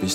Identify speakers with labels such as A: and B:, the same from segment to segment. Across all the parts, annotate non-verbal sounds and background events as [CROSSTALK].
A: Hvis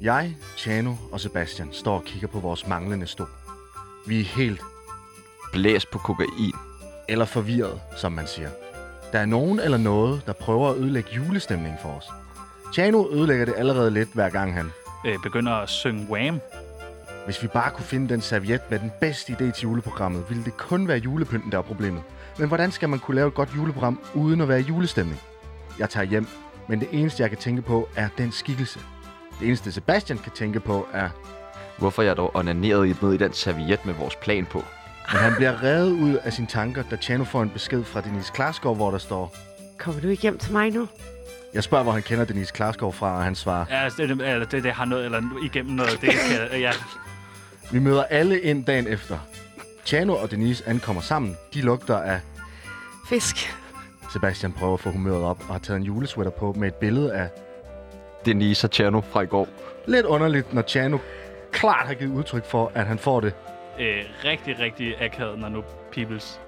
B: Jeg, Chano og Sebastian står og kigger på vores manglende stol. Vi er helt,
C: Blæs på kokain.
B: eller forvirret, som man siger. Der er nogen eller noget, der prøver at ødelægge julestemningen for os. Chano ødelægger det allerede lidt, hver gang han.
D: øh, begynder at synge Wham.
B: Hvis vi bare kunne finde den serviet med den bedste idé til juleprogrammet, ville det kun være julepynten, der er problemet. Men hvordan skal man kunne lave et godt juleprogram, uden at være i julestemning? Jeg tager hjem, men det eneste, jeg kan tænke på, er den skikkelse. Det eneste, Sebastian kan tænke på, er
C: Hvorfor jeg dog onanerede i- ned i den serviet med vores plan på?
B: Men han bliver revet ud af sine tanker, da Chano får en besked fra Denise Klarskov, hvor der står...
E: Kommer du ikke hjem til mig nu?
B: Jeg spørger, hvor han kender Denise Klarskov fra, og han svarer...
D: Ja, altså, det, eller det, det har noget, eller igennem noget, det kan, ja.
B: Vi møder alle ind dagen efter. Chano og Denise ankommer sammen. De lugter af...
E: Fisk.
B: Sebastian prøver at få humøret op og har taget en julesweater på med et billede af...
C: Denise og Tjerno fra i går.
B: Lidt underligt, når Chano klart har givet udtryk for, at han får det,
D: Øh, rigtig, rigtig akavet, når nu Peoples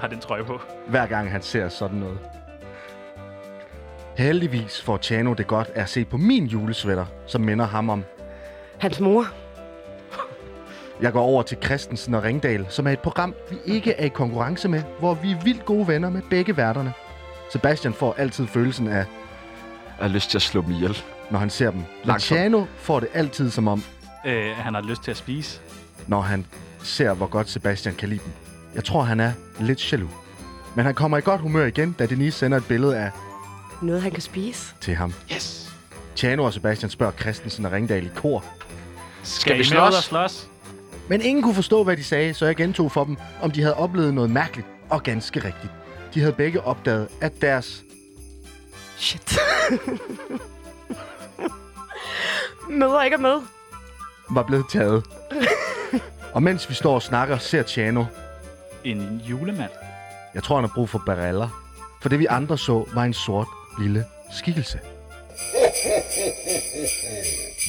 D: har den trøje på.
B: hver gang han ser sådan noget. Heldigvis får Chano det godt af at se på min julesweater, som minder ham om
E: Hans mor.
B: Jeg går over til Christensen og Ringdal, som er et program, vi ikke er i konkurrence med, hvor vi er vildt gode venner med begge værterne. Sebastian får altid følelsen af,
C: Jeg har lyst til at slå mig ihjel.
B: når han ser dem.
C: Langsom.
B: Luciano får det altid som om,
D: Øh, han har lyst til at spise.
B: når han ser, hvor godt Sebastian kan lide dem. Jeg tror, han er lidt jaloux. Men han kommer i godt humør igen, da Denise sender et billede af
E: Noget, han kan spise.
B: til ham.
D: Yes!
B: Chano og Sebastian spørger Christensen og Ringdal i kor.
D: Skal vi slås? Og slås?
B: Men ingen kunne forstå, hvad de sagde, så jeg gentog for dem, om de havde oplevet noget mærkeligt og ganske rigtigt. De havde begge opdaget, at deres
E: Shit. [LAUGHS] Møder ikke er med.
B: var blevet taget. [LAUGHS] og mens vi står og snakker, ser Chano.
D: En julemand.
B: Jeg tror, han har brug for bariller. For det, vi andre så, var en sort lille skikkelse.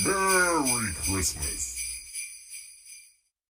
F: Merry Christmas.